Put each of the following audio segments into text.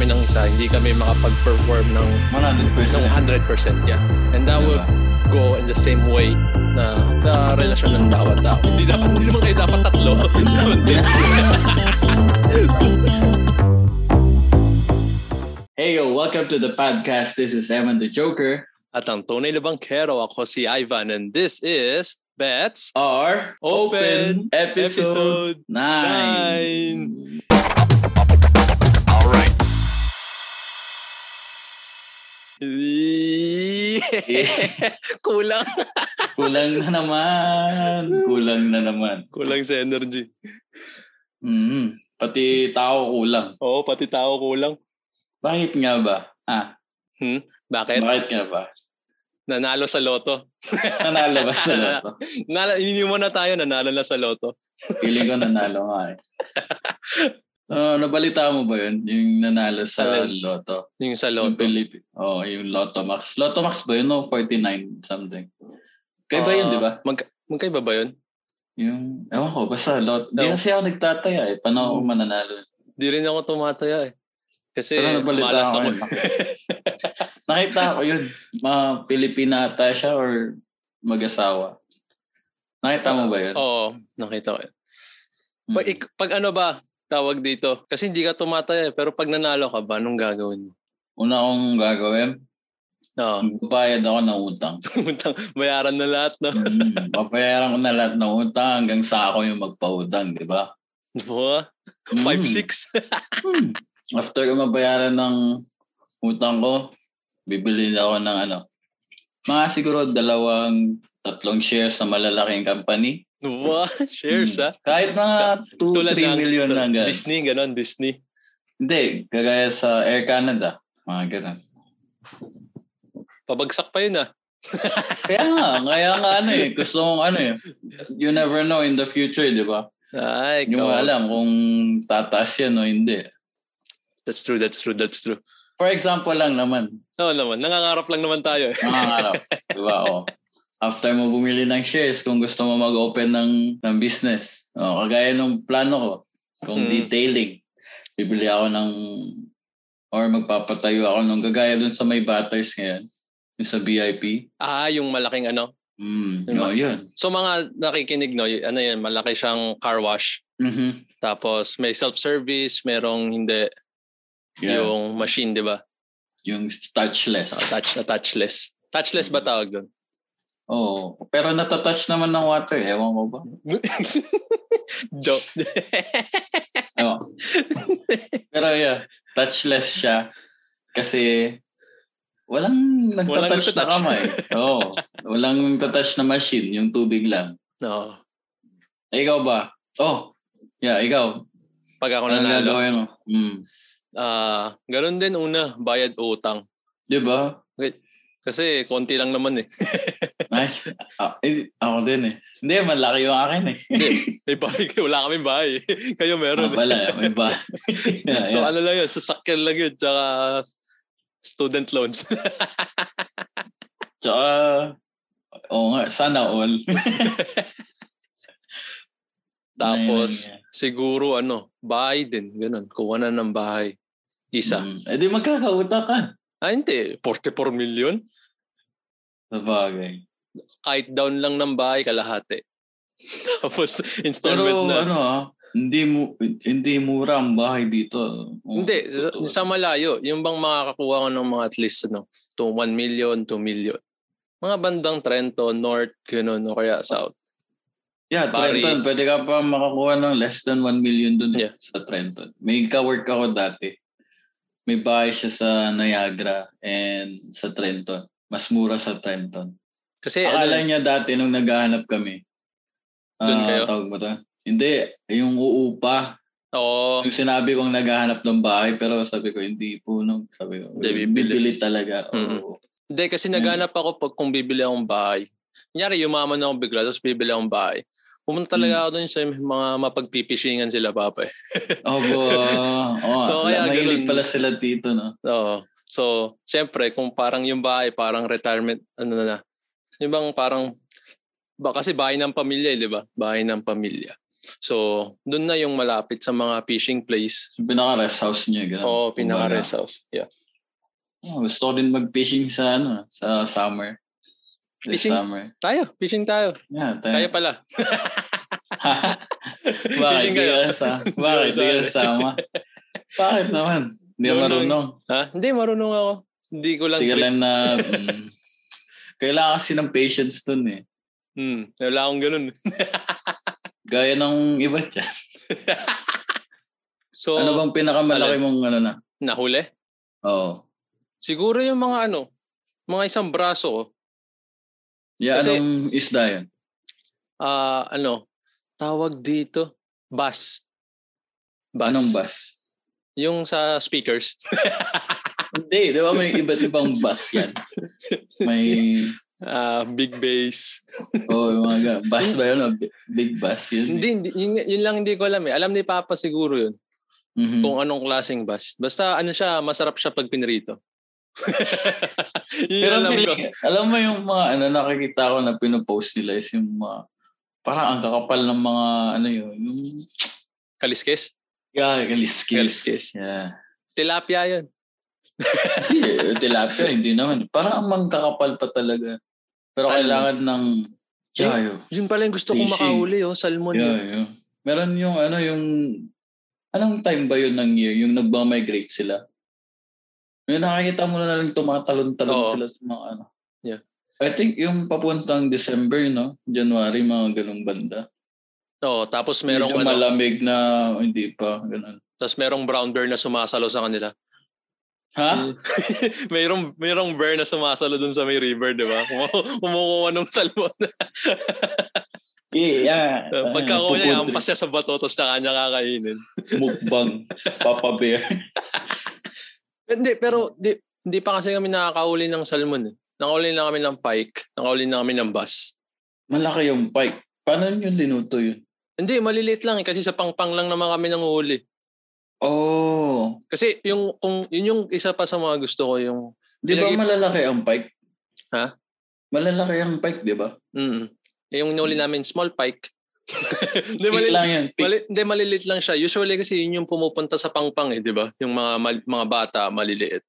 ng isa, hindi kami makapag-perform ng, 100%. ng 100% yeah. And that will go in the same way na sa relasyon ng bawat tao. Hindi dapat hindi naman kayo dapat tatlo. Dapat din. Hey yo, welcome to the podcast. This is Evan the Joker. At ang tunay na bangkero, ako si Ivan and this is Bets Our open, episode, 9. Alright. Kulang. Kulang na naman. Kulang na naman. Kulang sa energy. Mm, pati tao kulang. Oo, pati tao kulang. Bakit nga ba? Ah, Bakit? bakit nga ba? Nanalo sa loto. Nanalo ba sa loto? Nala, iniwan na tayo, nanalo na sa loto. Feeling ko nanalo nga eh. Oh, nabalita mo ba yun? Yung nanalo sa Alin? loto. Yung sa Yung loto. Pilip- oh, yung Lotto Max. Lotto Max ba yun? No, 49 something. Kaya ba yun, Ah, di ba? Magka- magkaiba ba yun? Yung, ewan ko, basta lot. Di Ewan. kasi ako nagtataya eh. Paano ako Mm. mananalo? Di rin ako tumataya eh. Kasi Pero nabalita malas ako ako. eh. yun. Nakita ko yun. Mga Pilipina ata siya or mag-asawa. Nakita mo ba yun? Oo, nakita ko yun. Mm. Pag, Oh, ik- pag ano ba, tawag dito. Kasi hindi ka tumataya eh. Pero pag nanalo ka ba, anong gagawin mo? Una kong gagawin, Oo. Hmm. magbabayad ako ng utang. Putang, bayaran na lahat na. Mm, Papayaran ko na lahat ng utang hanggang sa ako yung magpautang, di ba? Buha, Mm. 5-6. Mm. After ko mabayaran ng utang ko, bibili na ako ng ano. Mga siguro dalawang, tatlong shares sa malalaking company. Buha, shares Mm. ah. Kahit mga 2, Tulad 3 ng million lang ganun. Disney, ganon, Disney. Hindi, kagaya sa Air Canada. Mga ganun. Pabagsak pa yun ah. Kaya nga, kaya nga ano eh. Gusto mong ano eh. You never know in the future, di ba? Ay, Hindi mo ikaw. alam kung tataas yan o hindi. That's true, that's true, that's true. For example lang naman, Oo naman, nangangarap lang naman tayo eh. Nangangarap. diba? Oh. After mo bumili ng shares, kung gusto mo mag-open ng, ng business, oh, kagaya nung plano ko, Mm. kung detailing, bibili ako ng, or magpapatayo ako nung kagaya dun sa may batters ngayon, yung sa BIP. Ah, yung malaking ano. Mm, Diba? oh, yun. So mga nakikinig no, y- ano yun, malaki siyang car wash. Mhm. Tapos may self-service, merong hindi Yeah. yung Yung, machine, di ba? touchless. Ah, touch na touchless. Touchless Mm. ba tawag doon? Oo. Oh, pero natatouch naman ng water. Ewan ko ba? Joke. Ewan. ko. pero yeah, touchless siya. Kasi walang Walang nagtatouch nagtatouch. na kamay. Oo. walang nagtatouch na machine. Yung tubig lang. no. Eh, ikaw ba? Oh, yeah, ikaw. Pag ako Ano nanalo, gagawin mo? Mm. Ah, ganun din una, bayad utang. Di ba? Kasi konti lang naman eh. Ay, ah, eh, ako din eh. Hindi, malaki yung akin eh. Hindi, may bahay. kayo. Wala kaming bahay. Kayo Ah, meron. eh. pala, may ba? yeah, So yeah. ano lang yun, sasakyan lang yun, tsaka student loans. Tsaka, oo nga, sana all. Tapos Ayun, siguro ano, bahay din, ganun. Kuha na ng bahay. Isa. Mm. Eh di magkakauta ka. Ah, hindi. 44 million? Sa bagay. Kahit down lang ng bahay, kalahati. Tapos Pero installment na. ano ah, hindi mu hindi mura ang bahay dito. Oo, Hindi, totoo. sa, sa malayo, yung bang makakakuha ko ng mga at least ano, to 1 million, 2 million. Mga bandang Trento, North, ganun, o kaya South. yeah, Bari. Trenton, pwede ka pa makakuha ng less than 1 million dun eh, Yeah. sa Trenton. May kawork ako dati. May bahay siya sa Niagara and sa Trenton. Mas mura sa Trenton. Kasi Akala ano, niya dati nung naghahanap kami. Dun ah, kayo? Tawag mo to? Hindi, yung uupa. oo, Yung sinabi kong naghahanap ng bahay pero sabi ko hindi po nung sabi ko. Hindi, bibili. Bibili talaga. Mm-mm. Oo. Hindi, kasi Mm. naghanap ako pag kung bibili akong bahay. Kunyari, yumaman ako bigla, tapos bibili akong bahay. Pumunta talaga Mm. ako doon sa mga mapagpipishingan sila, papa. eh. Opo. Oh, So, kaya mahilig ganun. pala sila dito, no? Oo. So, syempre, kung parang yung bahay, parang retirement, ano na na. Yung bang parang, ba, kasi bahay ng pamilya, eh, di ba? Bahay ng pamilya. So, doon na yung malapit sa mga fishing place. Yung pinaka-rest house niya. Ganun. Oo, pinaka-rest house. Yeah. Oh, gusto ko din mag-fishing sa, ano, sa summer. This Fishing? summer. Tayo, fishing tayo. Yeah, tayo. Kaya pala. Bakit? Fishing Di kayo. ka sa, bakit? Di ka Sorry. sama? Bakit naman? Hindi ka Noon lang- marunong. Ha? Hindi, marunong ako. Hindi ko lang Hindi ka trip. lang na... mm, kailangan kasi ng patience dun eh. Hmm, wala akong ganun. Gaya ng iba dyan. So, ano bang pinakamalaki mong ano na? nahuli? Oo. Siguro yung mga ano, mga isang braso oh. ko. Yeah, Kasi- anong isda yan? Ah, ano, tawag dito, bass. Bass. Anong bus? Yung sa speakers. Hindi, di ba may iba't ibang bus yan? May, Ah, big bass. oh, yung mga ganun. Bus ba yun? o? Bi- Big bus yun? hindi, hindi yun, yun lang hindi ko alam eh. Alam ni Papa siguro yun. Mhm. Kung anong klaseng bass. Basta ano siya, masarap siya pag pinrito. yun Pero alam ko. feeling- alam mo yung mga ano nakikita ko na pinopost nila is yung mga parang ang kakapal ng mga ano yun, yung Kaliskes? yeah, kaliskis. Kaliskis. Yeah. Tilapia yun. Hindi, eh, tilapia, hindi naman. Parang ang mangkakapal pa talaga. Pero Salmon. kailangan ng yeah, yun. Yun pala yung gusto kong Fishing. makahuli, oh. Salmon Yeah, yun. yun. Meron yung ano yung anong time ba yun ng year yung nagba-migrate sila? Yung nakikita mo na lang tumatalon-talon Oo. sila sa mga ano. Yeah. I think yung papuntang December, no? January, mga ganung banda. Oo, tapos merong, ano, Merong malamig na oh, hindi pa, ganun. tapos merong brown bear na sumasalo sa kanila. Ha? mayroong mayroong bear na sumasalo dun sa may river, 'di ba? Kumu- Kumukuha ng salmon. Yeah. Pagkakuha niya, ampas siya sa bato tapos saka niya kakainin. Mukbang. Papa Bear. Hindi, pero di, hindi pa kasi kami nakakauli ng salmon. Eh. Nakauli na kami ng pike, nakauli na kami ng bass. Malaki yung pike. Paano yun linuto yun? Hindi, maliliit lang eh, kasi sa pangpang lang naman kami nang huli. Oh. Kasi yung kung yun yung isa pa sa mga gusto ko yung Di ba Pinag- malalaki ang pike? Ha? Malalaki ang pike, di ba? mm yung nuli namin small pike. Hindi Pike maliliit. lang yan. Pike. Mali, hindi, maliliit lang siya. Usually kasi yun yung pumupunta sa pangpang eh, di ba? Yung mga mal- mga bata, maliliit.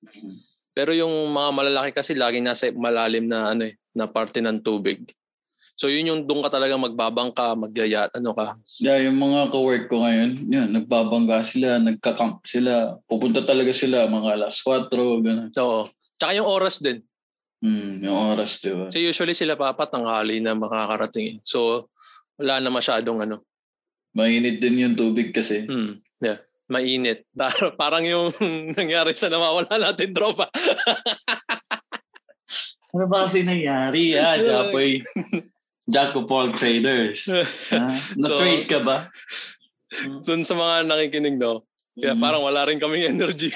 Pero yung mga malalaki kasi laging nasa malalim na ano eh, na parte ng tubig. So yun yung doon ka talaga magbabangka, magyayat, ano ka. Yeah, yung mga kawork ko ngayon, yun, nagbabangga sila, nagka-camp sila. Pupunta talaga sila, mga alas 4, gano'n. Oo. Tsaka yung oras din. Hmm, yung oras, di ba? So usually sila papat tanghali na makakarating eh. So wala na masyadong ano. Mainit din yung tubig kasi. Hmm. Yeah. Mainit. Par- Parang yung nangyari sa nawawala natin tropa. Ano ba kasi nangyari, ah, Japoy? Jack of all traders. Ha? Na-trade ka ba? Dun sa mga nakikinig no. Kaya Mm. parang wala rin kaming energy.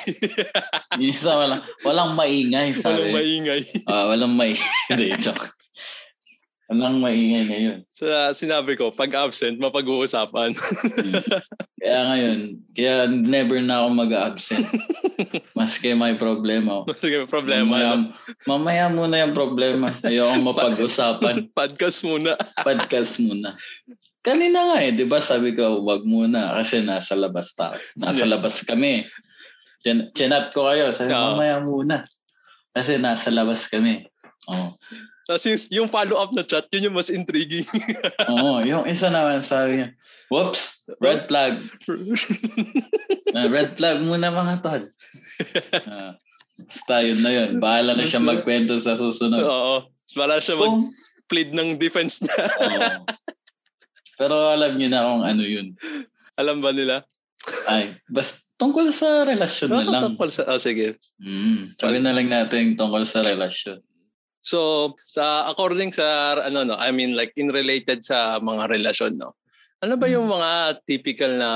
Isa, walang, walang maingay, Walang sabi. maingay. Ah, walang maingay. Hindi, joke. Walang maingay ngayon. Sa sinabi ko, pag absent, mapag-uusapan. Hmm. Kaya ngayon, kaya never na ako mag-absent. Maski may problema. ako. Sige, problema. Mamaya, mamaya muna yung problema. Ayokong mapag-usapan. Podcast muna. Podcast muna. Kanina nga eh, di ba sabi ko, wag muna kasi nasa labas tayo. Nasa Yeah. labas kami. Chin- Chinat ko kayo. Sabi, Oo. mamaya muna. Kasi nasa labas kami. Oh. Oo. Tapos yung, yung follow-up na chat, yun yung mas intriguing. Oo, yung isa naman sabi niya, whoops, red flag. Na red flag muna mga tol. Ah, basta yun na yun. Bahala na siya magkwento sa susunod. Oo. Wala siya Ah. Kung, mag-plead ng defense na. oo. Ano? Pero alam niyo na kung ano yun. Alam ba nila? Ay, basta tungkol sa relasyon na lang. Nakatapal sa... Ah, sige. Mm, sabi na lang natin tungkol sa relasyon. So, sa according sa, ano, no, I mean, like, in related sa mga relasyon, no? Ano ba Mm. yung mga typical na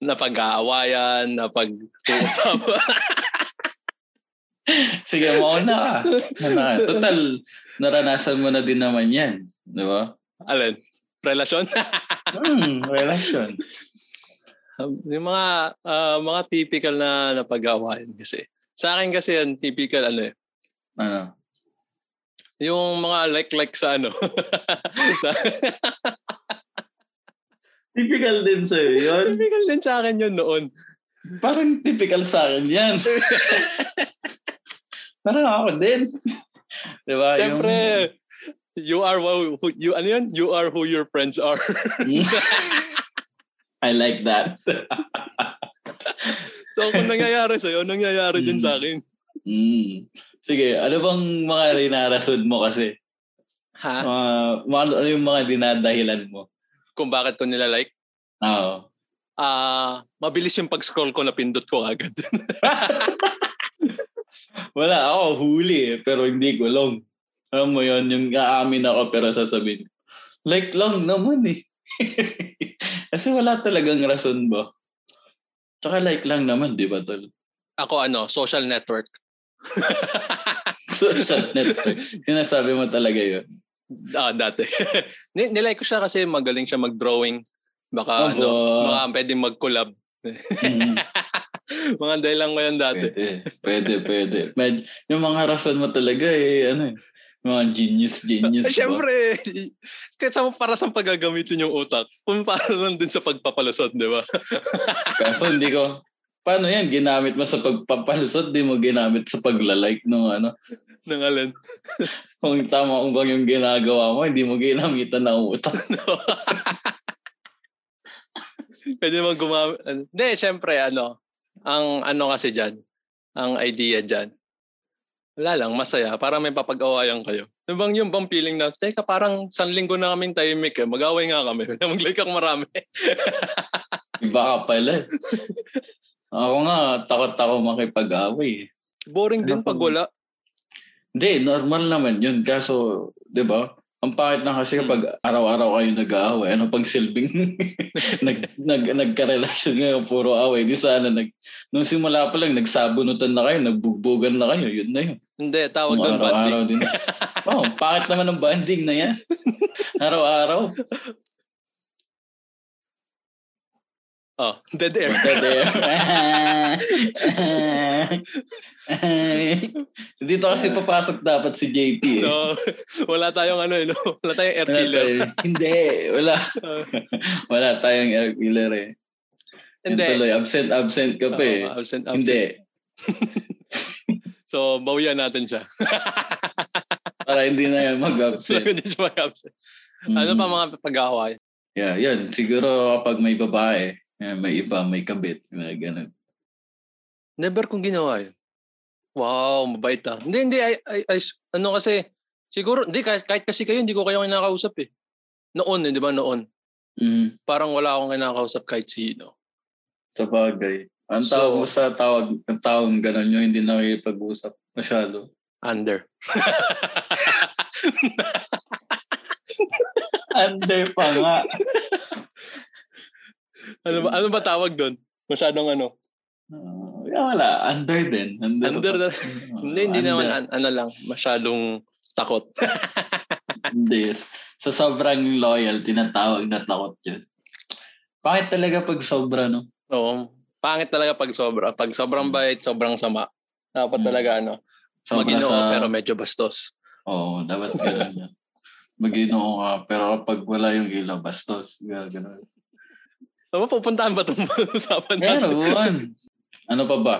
na pag-aawayan, na pag-uusapan? Sige, mauna ka. Mauna ka. Total, naranasan mo na din naman yan. Di ba? Alin? Relasyon? Hmm, relasyon. Um, yung mga ah, mga typical na napagawain kasi. Sa akin kasi yan typical ano eh. Ano? Yung mga like like sa ano. sa, Typical din sa'yo yun. Typical din sa akin yun noon. Parang typical sa akin yan. Parang ako din. Di ba? Ah, Yung- Siyempre, you are who, who- you ano yun? You are who your friends are. I like that. so kung nangyayari sa'yo, nangyayari din Mm. sa akin. Mm. Sige, ano bang mga rinarason mo kasi? Ha? Mga- mga, ano yung mga dinadahilan mo? Kung bakit ko nila like? Oo. Ah, mabilis yung pag-scroll ko na pindot ko agad. Wala, ako huli eh, pero hindi ko long. Alam mo yun, yung aamin ako pero sasabihin. ko, Like long naman eh. kasi wala talagang rason ba? Tsaka like lang naman, di ba tol? Ako ano, social network. Social network. Sinasabi mo talaga yun. ah, dati. Ni- nilike ko siya kasi magaling siya mag-drawing. Baka ano, baka pwedeng mag-collab. Mhm. Mga dahilan ko yan dati. Pwede, eh. pwede, pwede. Med, yung mga rason mo talaga eh, ano eh, mga genius, genius. Ay, syempre, diba? kahit sa para sa paggagamitin yung utak, kung para lang din sa pagpapalusot, di ba? ba? Kaso hindi ko, paano yan, ginamit mo sa pagpapalusot, di mo ginamit sa paglalike nung ano. Nang alin. Kung tama kung bang yung ginagawa mo, hindi mo ginamitan ng utak. Pwede naman gumamit. ano. Hindi, syempre, ano, ang ano kasi dyan, ang idea dyan, wala lang, masaya. Parang may papag-awayan kayo. Ano bang yung bang feeling na, teka, parang isang linggo na kaming tahimik eh. Mag-away nga kami. Mag-like ako marami. Iba ka pala. eh. Ako nga, takot ako makipag-away. eh. Boring din Ano pa pag ba? wala. Hindi, normal naman yun. Kaso, di ba? Ang pangit na kasi Hmm. kapag araw-araw kayo nag-aaway, ano pang silbing nag, nag, nagka-relasyon ngayon, puro away. Di sana, nag, nung simula pa lang, nagsabunutan na kayo, nagbugbogan na kayo, yun na yun. Hindi, tawag Kung doon banding. araw-araw din. oh, pangit naman ang banding na yan. Araw-araw. Oh, dead air. Dito kasi papasok dapat si JP. eh. no, wala tayong ano, eh, no? wala tayong air Wala filler. tayo- Hindi, wala. wala tayong air filler eh. Hindi. Hindi. Tuloy, absent, absent ka pa eh. Oo, absent, absent. Hindi. So, bawian natin siya. Para hindi na yan so, mag-absent. hindi siya mag-absent. Ano Mm. pa mga pag-away? Yeah, yun. Siguro kapag may babae, yan, may iba, may kabit. Na, ganun. Never kong ginawa yun. Wow, mabait ah. Hindi, hindi. I, I, I- ano kasi, siguro, hindi, kahit, kahit kasi kayo, hindi ko kayo kinakausap eh. Noon eh, di ba? Noon. Mm. Parang wala akong kinakausap kahit sino. Sa bagay. Ang So- tawag mo sa tawag, ang tawag ganun yung hindi nakikipag-usap masyado. Under. Ande pa nga. Ano ba, ano ba tawag doon? Masyadong ano? Uh, wala, under din. Under, Under na. Ah, Hindi, hindi under. naman an- ano lang. Masyadong takot. Hindi. Sa sobrang loyal, tinatawag na takot yun. Bakit talaga pag sobra, no? Oo. Pangit talaga pag sobra. Pag sobrang bait, sobrang sama. Dapat Mm. talaga ano, Sobra maginoo sa- pero medyo bastos. Oo, dapat ganun yun. Maginoo ka, pero kapag wala yung ilaw, bastos. Ganun. Ano ba, pupuntahan ba itong usapan natin? Meron. ano pa ba?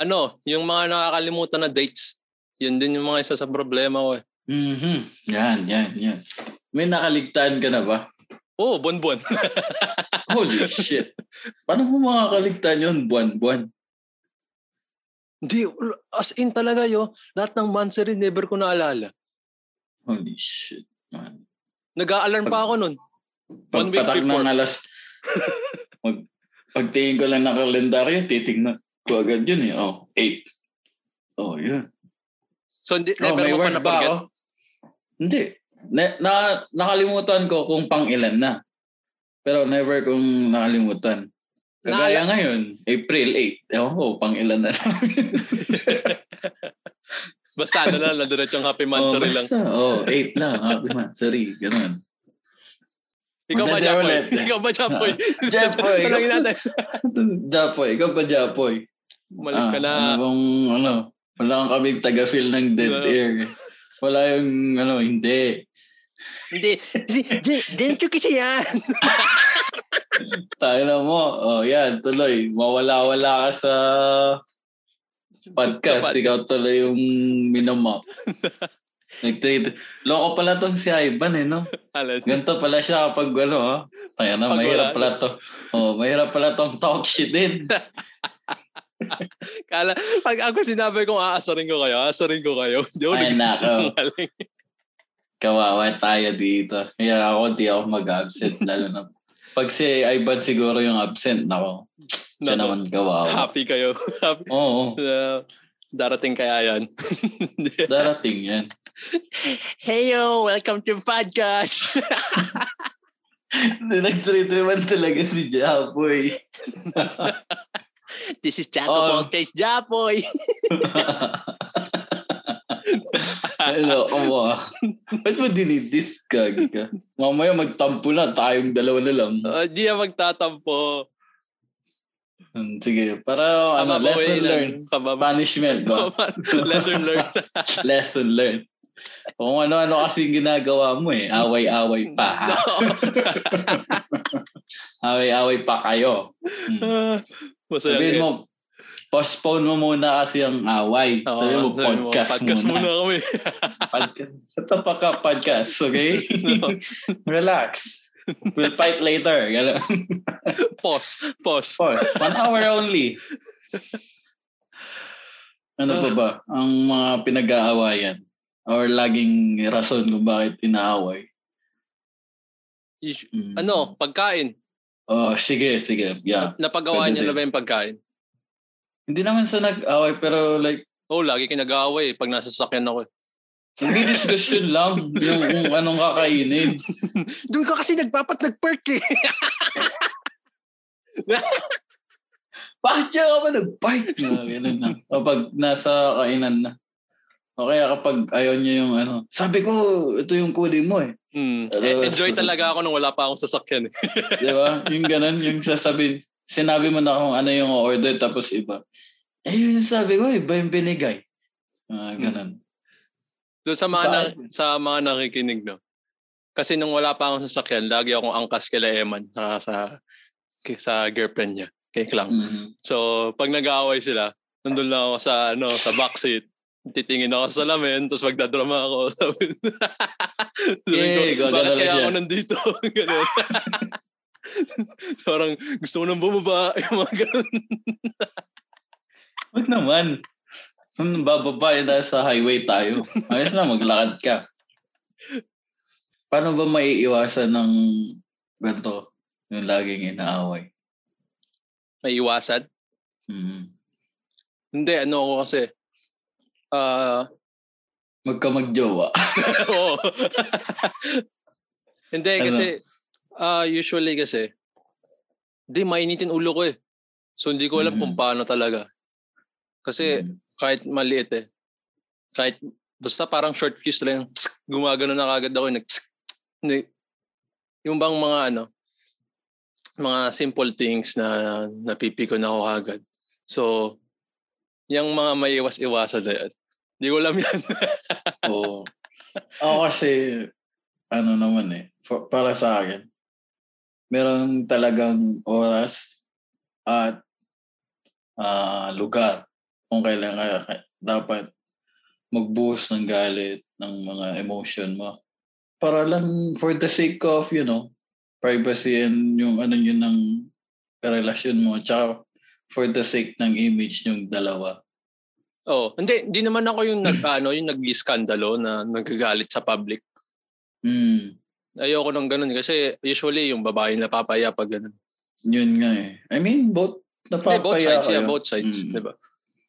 Ano, yung mga nakakalimutan na dates, yun din yung mga isa sa problema ko eh. Mhm. Yan, yan, yan. May nakaligtaan ka na ba? Oo, oh, bonbon. Holy shit. Paano mo makakaligtaan yun buwan-buwan? Hindi, as in talaga yo, lahat ng months rin, never ko naalala. Holy shit. Man. Nag-a-alarm pa ako nun. One week Pagpatak before. ng alas, mag, pagtingin ko lang ng kalendaryo, titignan ko agad yun eh. Oh, eight. Oh, yun. So, hindi, Oh, never mo may pa word ba napagat. ako? Hindi. Na, na, nakalimutan ko kung pang ilan na. Pero never kong nakalimutan. Kagaya Naala- ngayon, April 8. Ewan ko, pang ilan na namin. Basta ano lang, nadiretso yung happy months oh, rin lang. basta. Oh, 8 lang. Happy month. Sorry. Ganun. Ikaw ba, Maganda Japoy? ulit. Ikaw ba, Japoy? Japoy. Tanungin natin. Japoy. Ikaw pa Japoy. Malik ka na. Ano bang, ano, wala kang kaming taga-feel ng dead Ano? air. Wala yung, ano, hindi. Hindi. Kasi, di- dentro kasi yan. Tayo na mo. Oh, yan, tuloy. Mawala-wala ka sa podcast. Sa pod- Ikaw tuloy yung minamap. Nagtrade. Loko pala tong si Ivan eh, no? Alam. Ganito pala siya kapag ano, ha? Kaya na, Pag mahirap wala. pala to. Oh, mahirap pala tong talk shit din. Kala, pag ako sinabi kong aasarin ko kayo, aasarin ko kayo. Hindi ako Ay, nagsisinungaling. Kawawa tayo dito. Kaya ako, di ako mag-absent. Lalo na pag si Ivan siguro yung absent, nako. Siya Nako, naman kawawa. Happy kayo. Happy. Oo, Uh, darating kaya yan. darating yan. hey yo, welcome to podcast. Nag-treat naman talaga si Japoy. This is Jaco Oh. Voltage Japoy. Hello, kawa. Ba't mo dinidiscag ka? Mamaya magtampo na, tayong dalawa na lang. Hindi Oh, na magtatampo. Hmm, Sige, para ano, lesson learned. Kababawian. Punishment ba? lesson learned. lesson learned. Kung ano-ano kasi yung ginagawa mo eh. Away-away pa. ha? Away-away pa kayo. Hmm. Ah, Masaya. Sabihin yun. mo, postpone mo muna kasi ang away. Oo, Sabihin mo, sabihin mo, podcast, podcast muna. muna kami. podcast. Ito pa ka podcast, okay? No. Relax. We'll fight later. Ganun. Pause. Pause. Oh, one hour only. Ano pa ba? Ang mga pinag-aawayan or laging rason kung bakit inaaway. Ish- Mm. Ano, pagkain. Oh, sige, sige. Yeah. Napagawa Pwede niyo na din. ba yung pagkain? Hindi naman sa nag-away pero like Oh, lagi kayo nag-aaway eh, pag nasa sasakyan ako. eh. hindi discussion lang yung kung anong kakainin. Doon ka kasi nagpapat nag-perk eh. Bakit siya ka ba nag-bike? Na, ganun na. O pag nasa kainan na. O kaya kapag ayaw niya yung ano, sabi ko, ito yung kunin mo eh. Mm. Eh, Enjoy talaga ako nung wala pa akong sasakyan eh. Di ba? Yung ganun, yung sasabihin, sinabi mo na kung ano yung order tapos iba. Eh, yun yung sabi ko, iba yung binigay. Ah, ganun. So, sa mga, na, Bakit? sa mga nakikinig, no? Kasi nung wala pa akong sasakyan, lagi akong angkas kila Eman saka sa, sa girlfriend niya, kay Klang. Mhm. So, pag nag-aaway sila, nandun lang ako sa, ano, sa backseat. Titingin ako sa salamin, tapos magdadrama ako. Sabi, sabi Yay, ko, bakit gagalaw na kaya siya." ako nandito? ganun. Parang gusto ko nang bumaba. Yung mga ganun. Wag naman. Nung bababa yun nasa highway tayo. Ayos na, maglakad ka. Paano ba maiiwasan ng ganito? Yung laging inaaway. May iwasan. Mhm. Hindi, ano ako kasi. Ah, Huwag ka magjowa. Oo. Hindi, Ano? kasi ah, usually kasi, di mainitin ulo ko eh. So hindi ko alam Mhm. kung paano talaga. Kasi Mhm. kahit maliit eh, kahit basta parang short fuse lang, yung tsk, gumagano na kagad ako, eh, nag tsk, tsk. Hindi. Yung bang mga ano, mga simple things na napipiko na ako agad. So, yung mga may iwas-iwasan na yan, hindi ko alam yan. Oo. Ako kasi, ano naman eh, for- para sa akin, meron talagang oras at ah, lugar kung kailan ka ka- dapat magbuhos ng galit ng mga emotion mo. Para lang for the sake of, you know, privacy and yung ano yun ng relasyon mo. Tsaka for the sake ng image yung dalawa. Oh, hindi hindi naman ako yung nag ano, yung nag-iskandalo na nagagalit sa public. Mm. Ayoko nang ganun kasi usually yung babae na papaya pag ganun. Yun nga eh. I mean, both Hindi, napapaya both sides, yeah, kayo. both sides, Mm. 'di ba?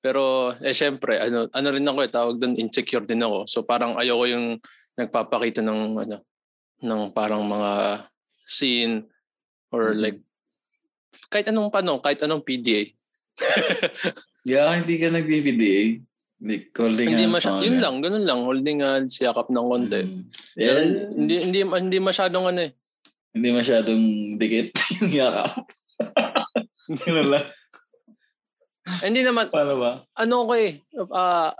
Pero eh syempre, ano ano rin ako eh, tawag doon insecure din ako. So parang ayoko yung nagpapakita ng ano ng parang mga scene or Mhm. like kahit anong pano, kahit anong PDA. Yeah, hindi ka nag-BBDA. Like, calling hindi hands masya- on yun it. lang, ganun lang, holding hands, yakap ng konti. Mm. Pero Yeah, Hindi hindi hindi masyadong ano eh. hindi masyadong dikit yung yakap. Yun lang. Hindi naman Paano ba? ano ko eh, ah,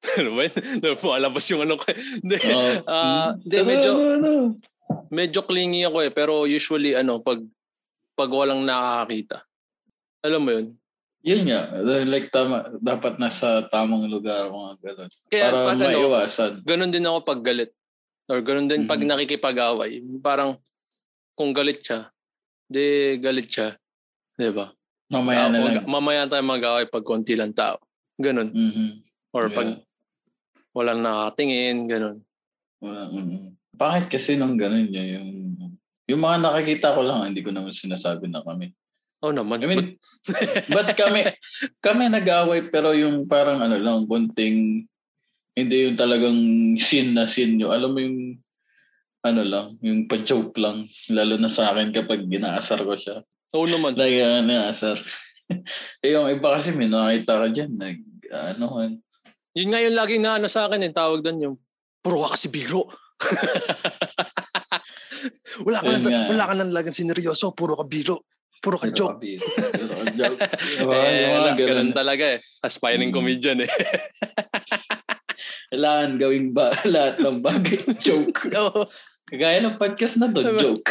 ano ba yun? Napalabas yung ano ko eh. Hindi. Oo. Ah, Mm. hindi, Ano, medyo- ano, ano? Medyo clingy ako eh, pero usually ano, pag pag walang nakakakita. Alam mo yun? Yun nga, like tama, dapat nasa tamang lugar mga ganun. Kaya para pag ano, maiwasan. ganun din ako pag galit. Or ganun din pag Mhm. nakikipag-away. Parang kung galit siya, di galit siya. Di ba? Mamaya Ah, na wag- lang. mamaya tayo mag-away pag konti lang tao. Ganun. Mhm. Or pag Yeah. walang nakatingin, ganun. Wala, mm-mm. Bakit kasi nung ganun yun, yung, yung mga nakakita ko lang, hindi ko naman sinasabi na kami. Oh naman. I mean, ba't kami, kami nag-away pero yung parang ano lang, bunting, hindi yung talagang sin na sin nyo. Alam mo yung, ano lang, yung pa-joke lang. Lalo na sa akin kapag ginaasar ko siya. oh naman. Like, uh, naasar. eh, yung iba kasi may nakita ka dyan, nag, ano, eh. Yun nga yung laging naano sa akin, yung tawag doon yung, puro ka kasi biro. wala ka Yun nang, nga. wala ka nang lagang sineryoso, puro ka biro. Puro ka joke. Pero ang joke. Diba? Eh, Yung mga wala, ganun. ganun talaga eh. Aspiring Mm. comedian eh. Kailangan gawing ba lahat ng bagay joke. Oo. Kagaya ng podcast na to, joke.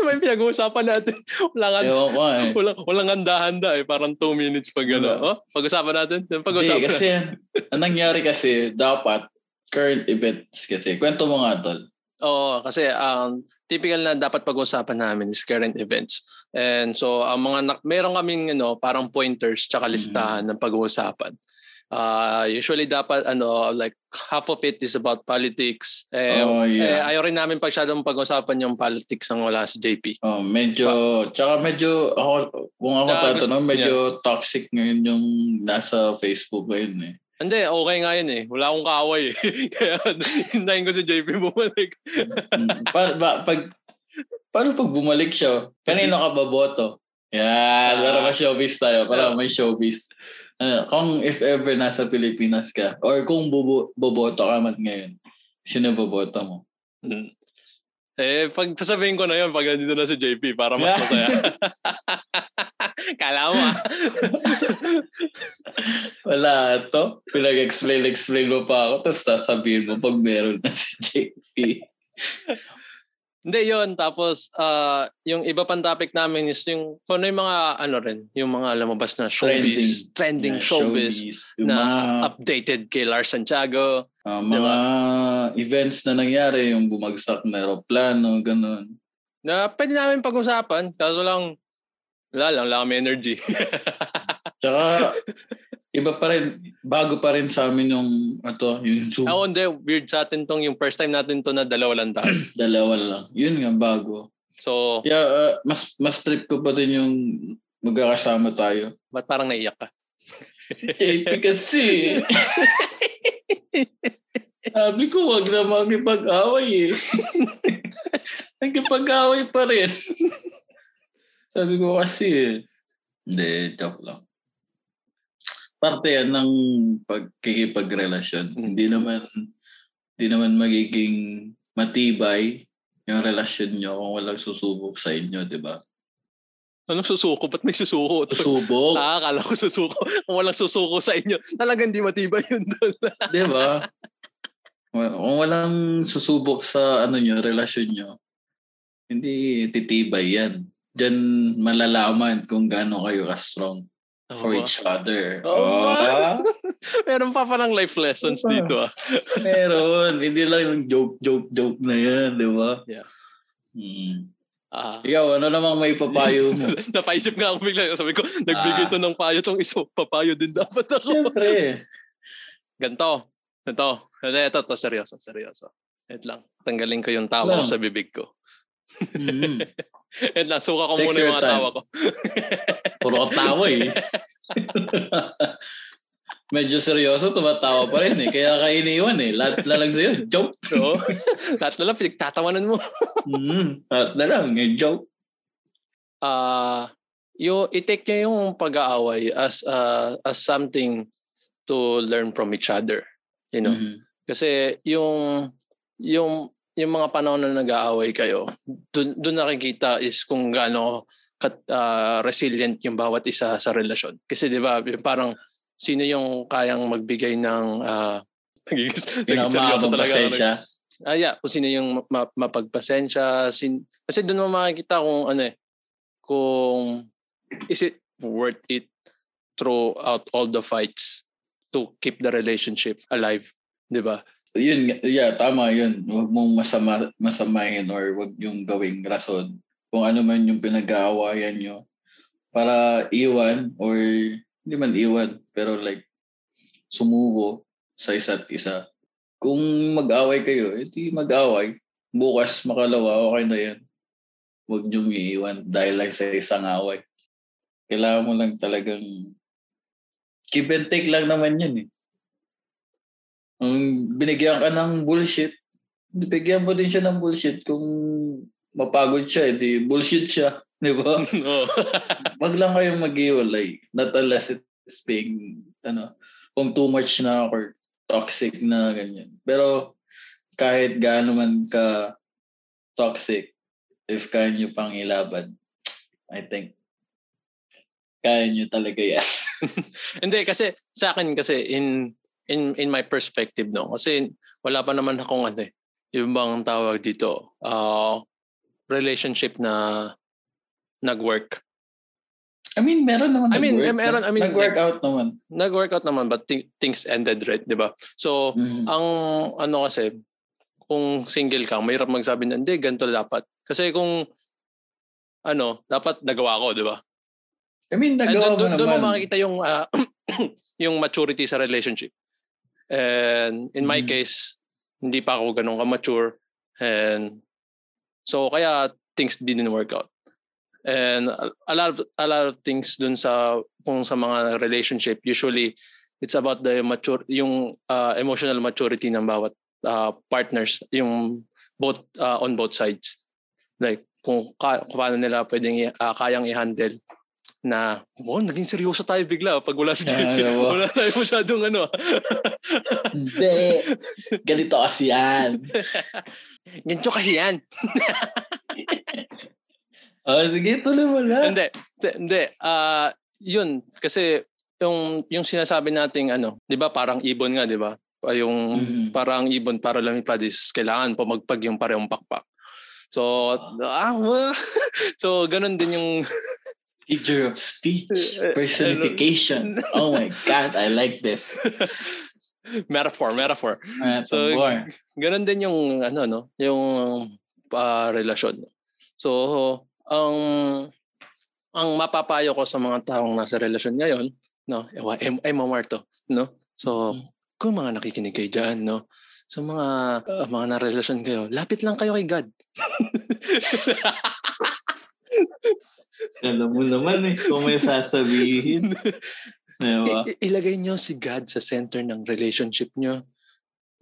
Yung may pinag-uusapan natin. Wala nga, Ewan ko eh. wala, walang handa-handa eh. Parang two minutes pag gano'n. Diba? Oh, pag-usapan natin. Then Hindi, Pag-usapan kasi ang nangyari kasi dapat current events kasi. Kwento mo nga tol. Oo, kasi ang typical na dapat pag-usapan namin is current events. And so ang mga nak- meron kaming ano, parang pointers tsaka listahan ng pag-uusapan. Ah, usually dapat ano like half of it is about politics. Eh, Oh, eh yeah. ayaw rin namin pagsyadong pag-usapan yung politics ng wala si JP. Oh, medyo, tsaka medyo, ako, kung ako Tsaka gusto- tatanong, medyo toxic ngayon yung nasa Facebook ngayon eh. Hindi, okay nga yun eh. Wala akong kaaway eh. Kaya hintayin ko si JP bumalik. Mm, pa, ba, pag, paano pag bumalik siya? Kanino ka ba boto? Yan, para Ah. ma showbiz tayo. Para may showbiz. Ano, kung if ever nasa Pilipinas ka, or kung bubo, boboto ka man ngayon, sino boboto mo? Hmm. Eh, pag sasabihin ko na yun, pag nandito na si JP, para mas Yeah. masaya. Kala mo ah. Wala to. Pinag-explain-explain mo pa ako, tapos sasabihin mo pag meron na si JP. Hindi yun. Tapos, ah, yung iba pang topic namin is yung, kung ano yung mga, ano rin, yung mga lamabas na showbiz, trending, Yeah, showbiz, Yung na mga, updated kay Lars Santiago. ah, mga events na nangyari, yung bumagsak na aeroplano, ganun. Na pwede namin pag-usapan. Kaso lang, wala lang, wala kami energy. Tsaka, iba pa rin, bago pa rin sa amin yung, ato, yung Zoom. Ako hindi, weird sa atin tong yung first time natin to na dalawa lang tayo. Dalawa lang. Yun nga, bago. So, Yeah, uh, mas, mas trip ko pa din yung magkakasama tayo. ba't parang naiyak ka? JP kasi. Sabi ko, wag na makipag-away eh. Nagkipag-away pa rin. Sabi ko kasi eh. Hindi, joke lang. Parte yan ng pagkikipagrelasyon. Mm. Hindi naman hindi naman magiging matibay yung relasyon nyo kung walang susubok sa inyo, di ba? Anong Ano, susuko? Ba't may susuko? Susubok! Ah, akala ko susuko. Kung walang susuko sa inyo, talagang hindi matibay yun doon. Di ba? Wa- Kung walang susubok sa ano nyo, relasyon nyo, hindi titibay yan. Diyan malalaman kung gaano kayo ka-strong for each other. Oo ba? Ah, Meron pa palang life lessons Oo. dito ah. meron. Hindi lang yung joke, joke, joke na yan, di ba? Yeah. Hmm. Ah. Ikaw, ano namang may papayo mo? Napaisip nga ako bigla. Sabi ko, nagbigay Ah. to ng payo tong iso. Papayo din dapat ako. Siyempre. Ganto. Ganto. Ito, ito, ito. Seryoso, seryoso. Wait lang. Tanggalin ko yung tawa ko Lang. sa bibig ko. Mm. Wait lang. Suka ko Take muna yung your mga time. tawa ko. Puro ka tawa eh. Medyo seryoso, tumatawa pa rin eh. Kaya ka iniwan eh. Lahat na lang sa'yo, joke. Oo. Lahat na lang pinagtatawanan mo. Mm, at na lang, yung joke. ah yo i-take niya yung pag-aaway as ah, as something to learn from each other you know Mm-hmm. kasi yung yung yung mga panahon na nag-aaway kayo dun dun nakikita is kung gaano kat, ah, resilient yung bawat isa sa relasyon kasi di ba yung parang sino yung kayang magbigay ng ah, nagigis- nagiging seryoso Pinakamakabang talaga ako nag- pasensya. ah yeah, kung sino yung ma- ma- mapagpasensya. Sin- kasi doon mo makikita kung ano eh, kung is it worth it throughout all the fights to keep the relationship alive, 'di ba? Yun, nga- yeah, tama yun. Huwag mong masama, masamahin or huwag yung gawing rason. Kung ano man yung pinag-aawayan nyo para iwan or hindi man iwan, pero like sumuko sa isa't isa. Kung mag-away kayo, edi mag-away. Bukas makalawa, okay na yan. Huwag nyong iiwan dahil lang sa isang away. Kailangan mo lang talagang give and take lang naman yan eh. Ang binigyan ka ng bullshit, bigyan mo din siya ng bullshit. Kung mapagod siya, edi bullshit siya. Di ba? Oo. Wag lang kayong mag-iwalay. Not unless it's being, ano, kung too much na or toxic na ganyan. Pero kahit gaano man ka toxic, if kaya nyo pang ilaban, I think, kaya nyo talaga yan. Hindi kasi sa akin kasi in in in my perspective no kasi wala pa naman akong ano eh, yung bang tawag dito ah relationship na nag-work. I mean, meron naman I mean, eh, nag-work. meron- I mean, nag-work out naman. Nag-work out naman but thi- things ended right, 'di ba? So ang ano kasi kung single ka, mahirap magsabi na hindi ganito dapat. Kasi kung ano, dapat nagawa ko, 'di ba? I mean, And doon, nagawa mo doon, doon mo naman. makikita yung ah, yung maturity sa relationship. And in my Mm. case, hindi pa ako ganun ka-mature. And so kaya things didn't work out. And a, a lot of a lot of things dun sa kung sa mga relationship usually it's about the mature yung ah, emotional maturity ng bawat ah, partners yung both ah, on both sides like kung, ka, kung paano nila pwedeng i- ah, kayang i-handle na oh, naging seryoso tayo bigla pag wala si JP. Ah, ano ba? wala tayo masyadong ano. Hindi. Ganito kasi yan. Ganito kasi yan. Oh, sige, tuloy mo na. Hindi. T- Hindi. Ah, yun. Kasi yung, yung sinasabi nating ano, di ba parang ibon nga, di ba? Ah, Yung Mhm. parang ibon para lumipad is kailangan pumagpag yung parehong pakpak. So, ah, wah. so ganun din yung Figure of speech. Personification. Oh my God, I like this. metaphor, metaphor. Uh, So, ganun din yung ano no, yung ah, relasyon. So, ang ang mapapayo ko sa mga taong nasa relasyon ngayon, no, ewa, em, ay mamarto, no? So, kung mga nakikinig kayo dyan, no, sa mga ah, mga narelasyon kayo, lapit lang kayo kay God. alam mo naman eh kung may sasabihin. Diba? I- i- ilagay nyo si God sa center ng relationship nyo,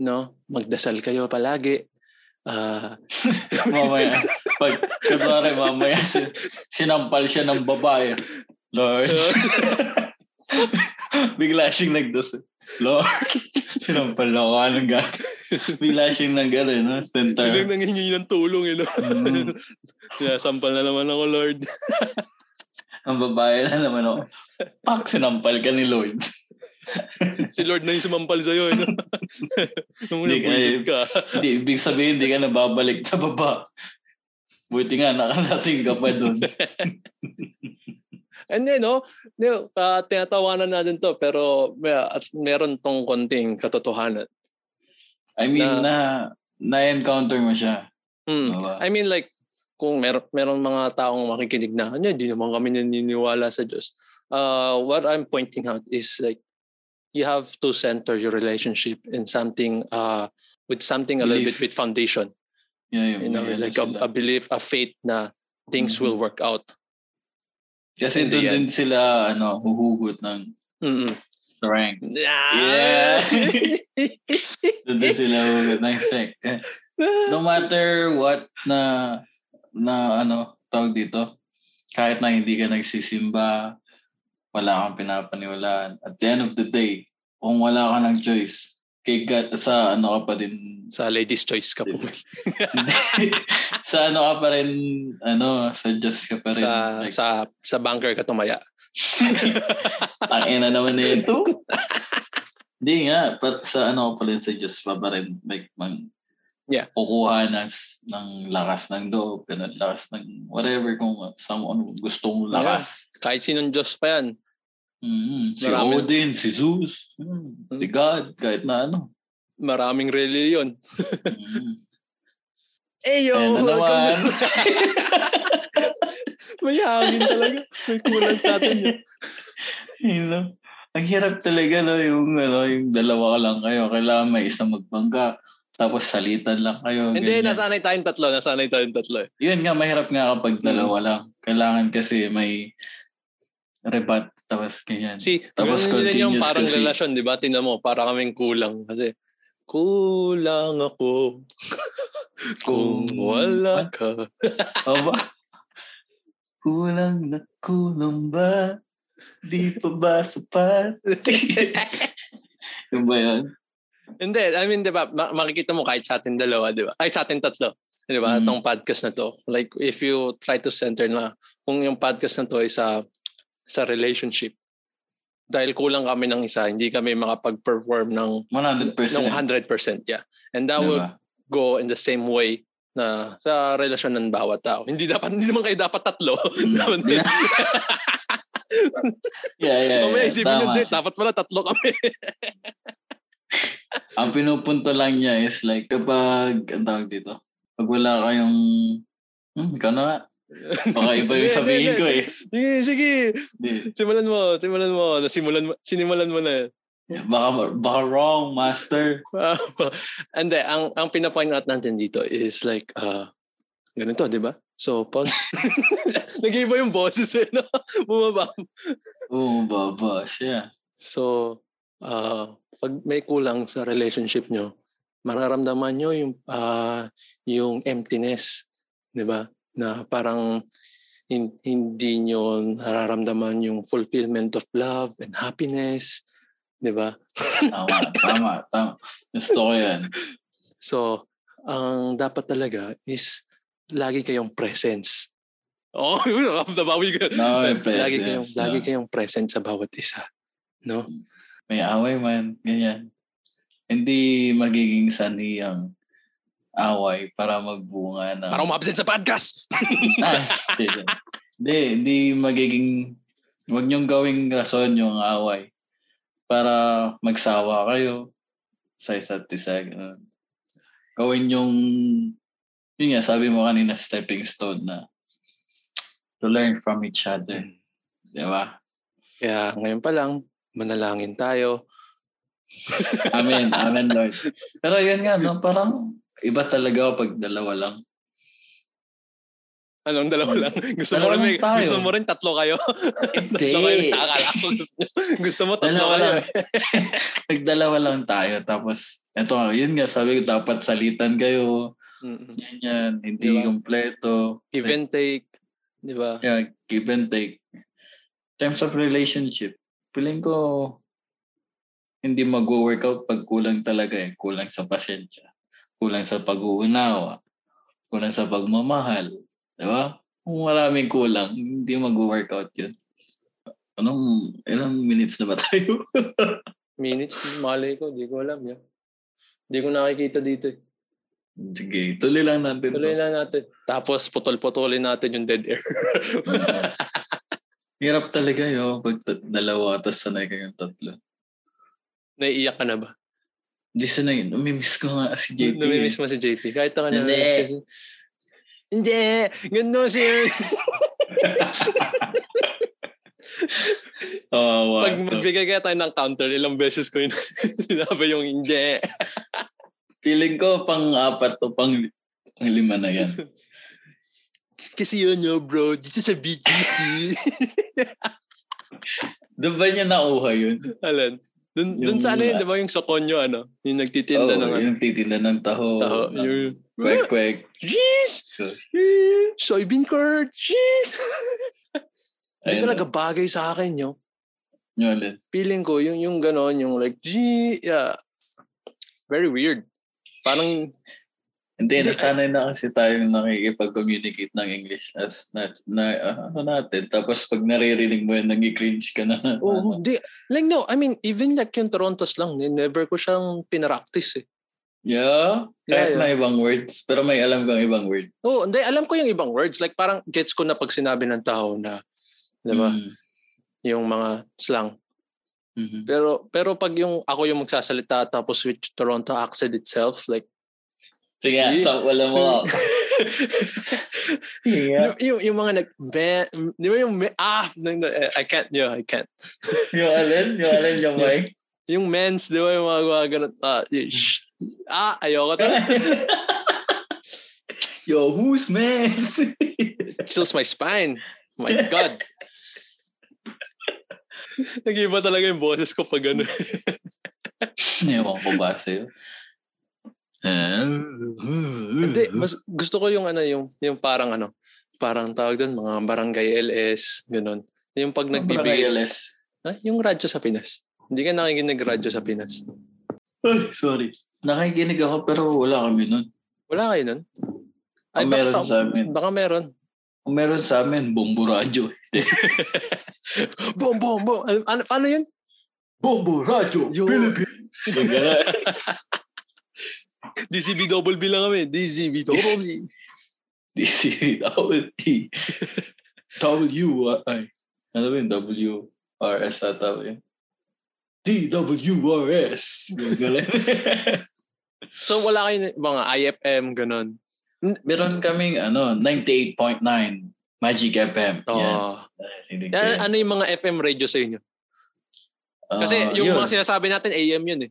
no? Magdasal kayo palagi. Ah, mamaya. Pag, kunwari, mamaya, sin, sinampal siya ng babae. Lord. Uh. Bigla siyang nagdasal. Lord. Sinampal ako. Anong gagawin? Bigla siyang nag, ano, no? Center. Biglang nangingi ng tulong, eh, no? Mm. yeah, sampal na naman ako, Lord. Ang babae na naman ako. Pak, sinampal ka ni Lord. si Lord na yung sumampal sa'yo. Ano? Nung Hindi, eh, nabwisit ka. Hindi, ibig sabihin, hindi ka na babalik sa baba. Buti nga, nakarating ka pa doon. And then, no, no ah, tinatawanan natin to, pero may, at meron tong konting katotohanan. I mean, na, na-encounter mo siya. Mm. Diba? I mean, like, kung mer- meron mga taong makikinig na, ano, di naman kami naniniwala sa Diyos. Uh, what I'm pointing out is like, you have to center your relationship in something, uh, with something a little bit Belief. with foundation. Yeah, yeah, you know, yeah, like a, sila. a belief, a faith na things Mhm. will work out. Kasi Hindi doon yan. din sila ano, huhugot ng Mm-mm. strength. Yeah. Yeah. doon din sila huhugot ng strength. Eh, No matter what na na ano tawag dito, kahit na hindi ka nagsisimba, wala kang pinapaniwalaan. At the end of the day, kung wala ka ng choice, kay God, sa ano ka pa din, Sa ladies choice Diba? ka po. sa ano ka pa rin, ano, sa Diyos ka pa rin. Sa, Like, sa, sa banker ka tumaya. Tangina naman na ito. Hindi nga, but sa ano ko pa rin sa Diyos pa pa rin, like, mang, Yeah. kukuha ng, ng lakas ng loob, ganun, lakas ng whatever kung some, ano, gusto mong lakas. Kahit sinong Diyos pa yan. Mm, si Marami- Hmm. Odin, si Zeus, mm, si God, kahit na ano. Maraming reliyon. Mm. Hey yo! Ayan na naman. welcome to- May hangin talaga. May kulang sa atin yun. you know? Ang hirap talaga no, yung, ano, yung dalawa ka lang kayo. Kailangan may isang magbangga. Tapos salitan lang kayo. Hindi, ganyan. nasanay tayong tatlo. Nasanay tayong tatlo. eh. Yun nga, mahirap Mm. nga kapag dalawa lang. Kailangan kasi may rebat tapos ganyan. Si, Tapos Tapos yun, yun yung continuous parang kasi. relasyon, di ba? Tingnan mo, para kaming kulang. Kasi, kulang ako kung wala ka. Aba. Kulang na kulang ba? Di pa ba sapat? Yung ba yun? Hindi, I mean, di ba, ma- makikita mo kahit sa atin dalawa, di ba? Ay, sa atin tatlo. Di ba? Mm. Itong podcast na to. Like, if you try to center na, kung yung podcast na to ay sa, sa relationship, dahil kulang kami ng isa, hindi kami makapag-perform ng, 100%. ng 100%. Yeah. And that would Diba? go in the same way na sa relasyon ng bawat tao. Hindi dapat hindi naman kayo dapat tatlo. Mm. dapat Yeah. yeah, yeah, Mamaya yeah. isipin nyo, Eh, Tama. "Di, dapat pala tatlo kami. Ang pinupunto lang niya is like, kapag, ang tawag dito, pag wala kayong, hmm, ikaw na nga. Baka iba Hindi, yung sabihin hindi, ko eh. sige, sige. Di. Simulan mo, simulan mo, nasimulan mo, sinimulan mo na. Baka, baka wrong, master. And then, ang, ang pinapoint out natin dito is like, uh, ganito, di ba? So, pag... Nag-iba yung boses eh, no? Bumaba. Oo, baba siya. So, ah, pag may kulang sa relationship nyo, mararamdaman nyo yung, ah, yung emptiness, di ba? Na parang hin- hindi nyo nararamdaman yung fulfillment of love and happiness, di ba? Tama, tama, tama. Gusto ko yan. So, ang dapat talaga is lagi kayong presence. Oh, nabawi ko. No, may Lagi kayong, presence, lagi no. kayong present sa bawat isa. No? Ah, May away man, ganyan. Hindi magiging sani ang away para magbunga ng... Para umabsent sa podcast! Ah, shit. Hindi, hindi magiging... Huwag niyong gawing rason yung away para magsawa kayo sa isa't isa. Ganun. Gawin yung... Yun nga, sabi mo kanina, stepping stone na to learn from each other. Di ba? Kaya ngayon pa lang, manalangin tayo. Amen. Amen, Lord. Pero yun nga, no? parang iba talaga pag dalawa lang. Anong Ano, dalawa lang? Gusto mo Dalawa rin, may, lang tayo. gusto mo rin tatlo kayo? tatlo kayo nakakala ko. Gusto, gusto mo tatlo Dalawa kayo. lang. Nagdalawa lang tayo. Tapos, eto, nga, yun nga, sabi ko, dapat salitan kayo. Mm. Yan yan, hindi Diba? kompleto. Give and take. Di ba? Yeah, give and take. Terms of relationship, feeling ko, hindi mag-workout pag kulang talaga eh. Kulang sa pasensya. Kulang sa pag-uunawa. Kulang sa pagmamahal. Di ba? Kung maraming kulang, hindi mag-workout yun. Anong, ilang minutes na ba tayo? Minutes, malay ko. Di ko alam. Yun. Di ko nakikita dito. eh. Sige, tuloy lang natin. to. Tuloy na natin. Tapos putol-putulin natin yung dead air. Hirap talaga yun pag t- dalawa tapos sanay kayong tatlo. Naiiyak ka na ba? Hindi sanay, namimiss ko nga si JP. Namimiss mo si JP. Kahit ako Hindi. namimiss kasi. Hindi. Ganun siya. Oh, Pag magbigay kaya tayo ng counter, ilang beses ko yun sinabi yung hindi. Feeling ko pang-apat o pang, pang lima na yan. Kasi yun yo bro, dito sa BGC. Doon ba niya nauha yun? Alan, dun, dun Yung- sa ano yun, di ba yung Sokonyo, ano? Yung nagtitinda ng Oo, ano, yung titinda ng taho. taho. Yung, Kwek-kwek. cheese! Soybean curd! Cheese! Hindi Ayun. talaga bagay sa akin, yo. Yun ulit. Feeling ko, yung, yung ganon, yung like, gee, yeah. Very weird. Parang, Hindi, nasanay na kasi tayong nakikipag-communicate ng English as na, na ah, ano natin. Tapos pag naririnig mo yan, nag-cringe ka na. oh, di, like no, I mean, even like yung Torontos lang, ni- never ko siyang pinractice eh. Yeah? Yeah, Kahit yeah. na ibang words. Pero may alam kang ibang word. Oo, hindi, alam ko yung ibang words. Like parang gets ko na pag sinabi ng tao na, di ba, Mm. yung mga slang. Mhm. Pero pero pag yung ako yung magsasalita tapos with Toronto accent itself, like Sige, Yeah. sa wala mo. yeah. yung, yung, yung mga nag, man, di ba yung, me- ah, no, no, eh, I can't, yeah, I can't. Yung alin? Yung alin yung mic? Yung men's, di ba yung mga gumagano, ah, y- shh, ah, ayoko to. Yo, who's man? chills my spine. My God. Nag-iba talaga yung boses ko pag ano. Ewan ko ba sa'yo? Hindi, Hindi, mas gusto ko yung ano, yung, yung parang ano, parang tawag doon, mga barangay LS, ganun. Yung pag nagbibigay. Ha? Yung radyo sa Pinas. Hindi ka nakikinig radyo sa Pinas. Ay, sorry. Nakikinig ako pero wala kami nun. Wala kayo nun? Ay, Ah, meron sa, amin. Baka meron. Ang meron sa amin, Bombo Radio. Boom, boom, boom. Ano, ano, paano yun? Bombo Radio, Yo. Philippines. DCB double B lang kami. DCB double B. D-C-W-T. W-I. Ano ba yung W-R-S na tawag yun? D-W-R-S. Yung ganun. So wala kayo mga IFM, ganun. meron kaming ano, 98.9 Magic FM. Oh. Yan. Hindi ko Yan, yan. ano yung mga FM radio sa inyo? Kasi Ah, yung yun. mga sinasabi natin, AM yun eh.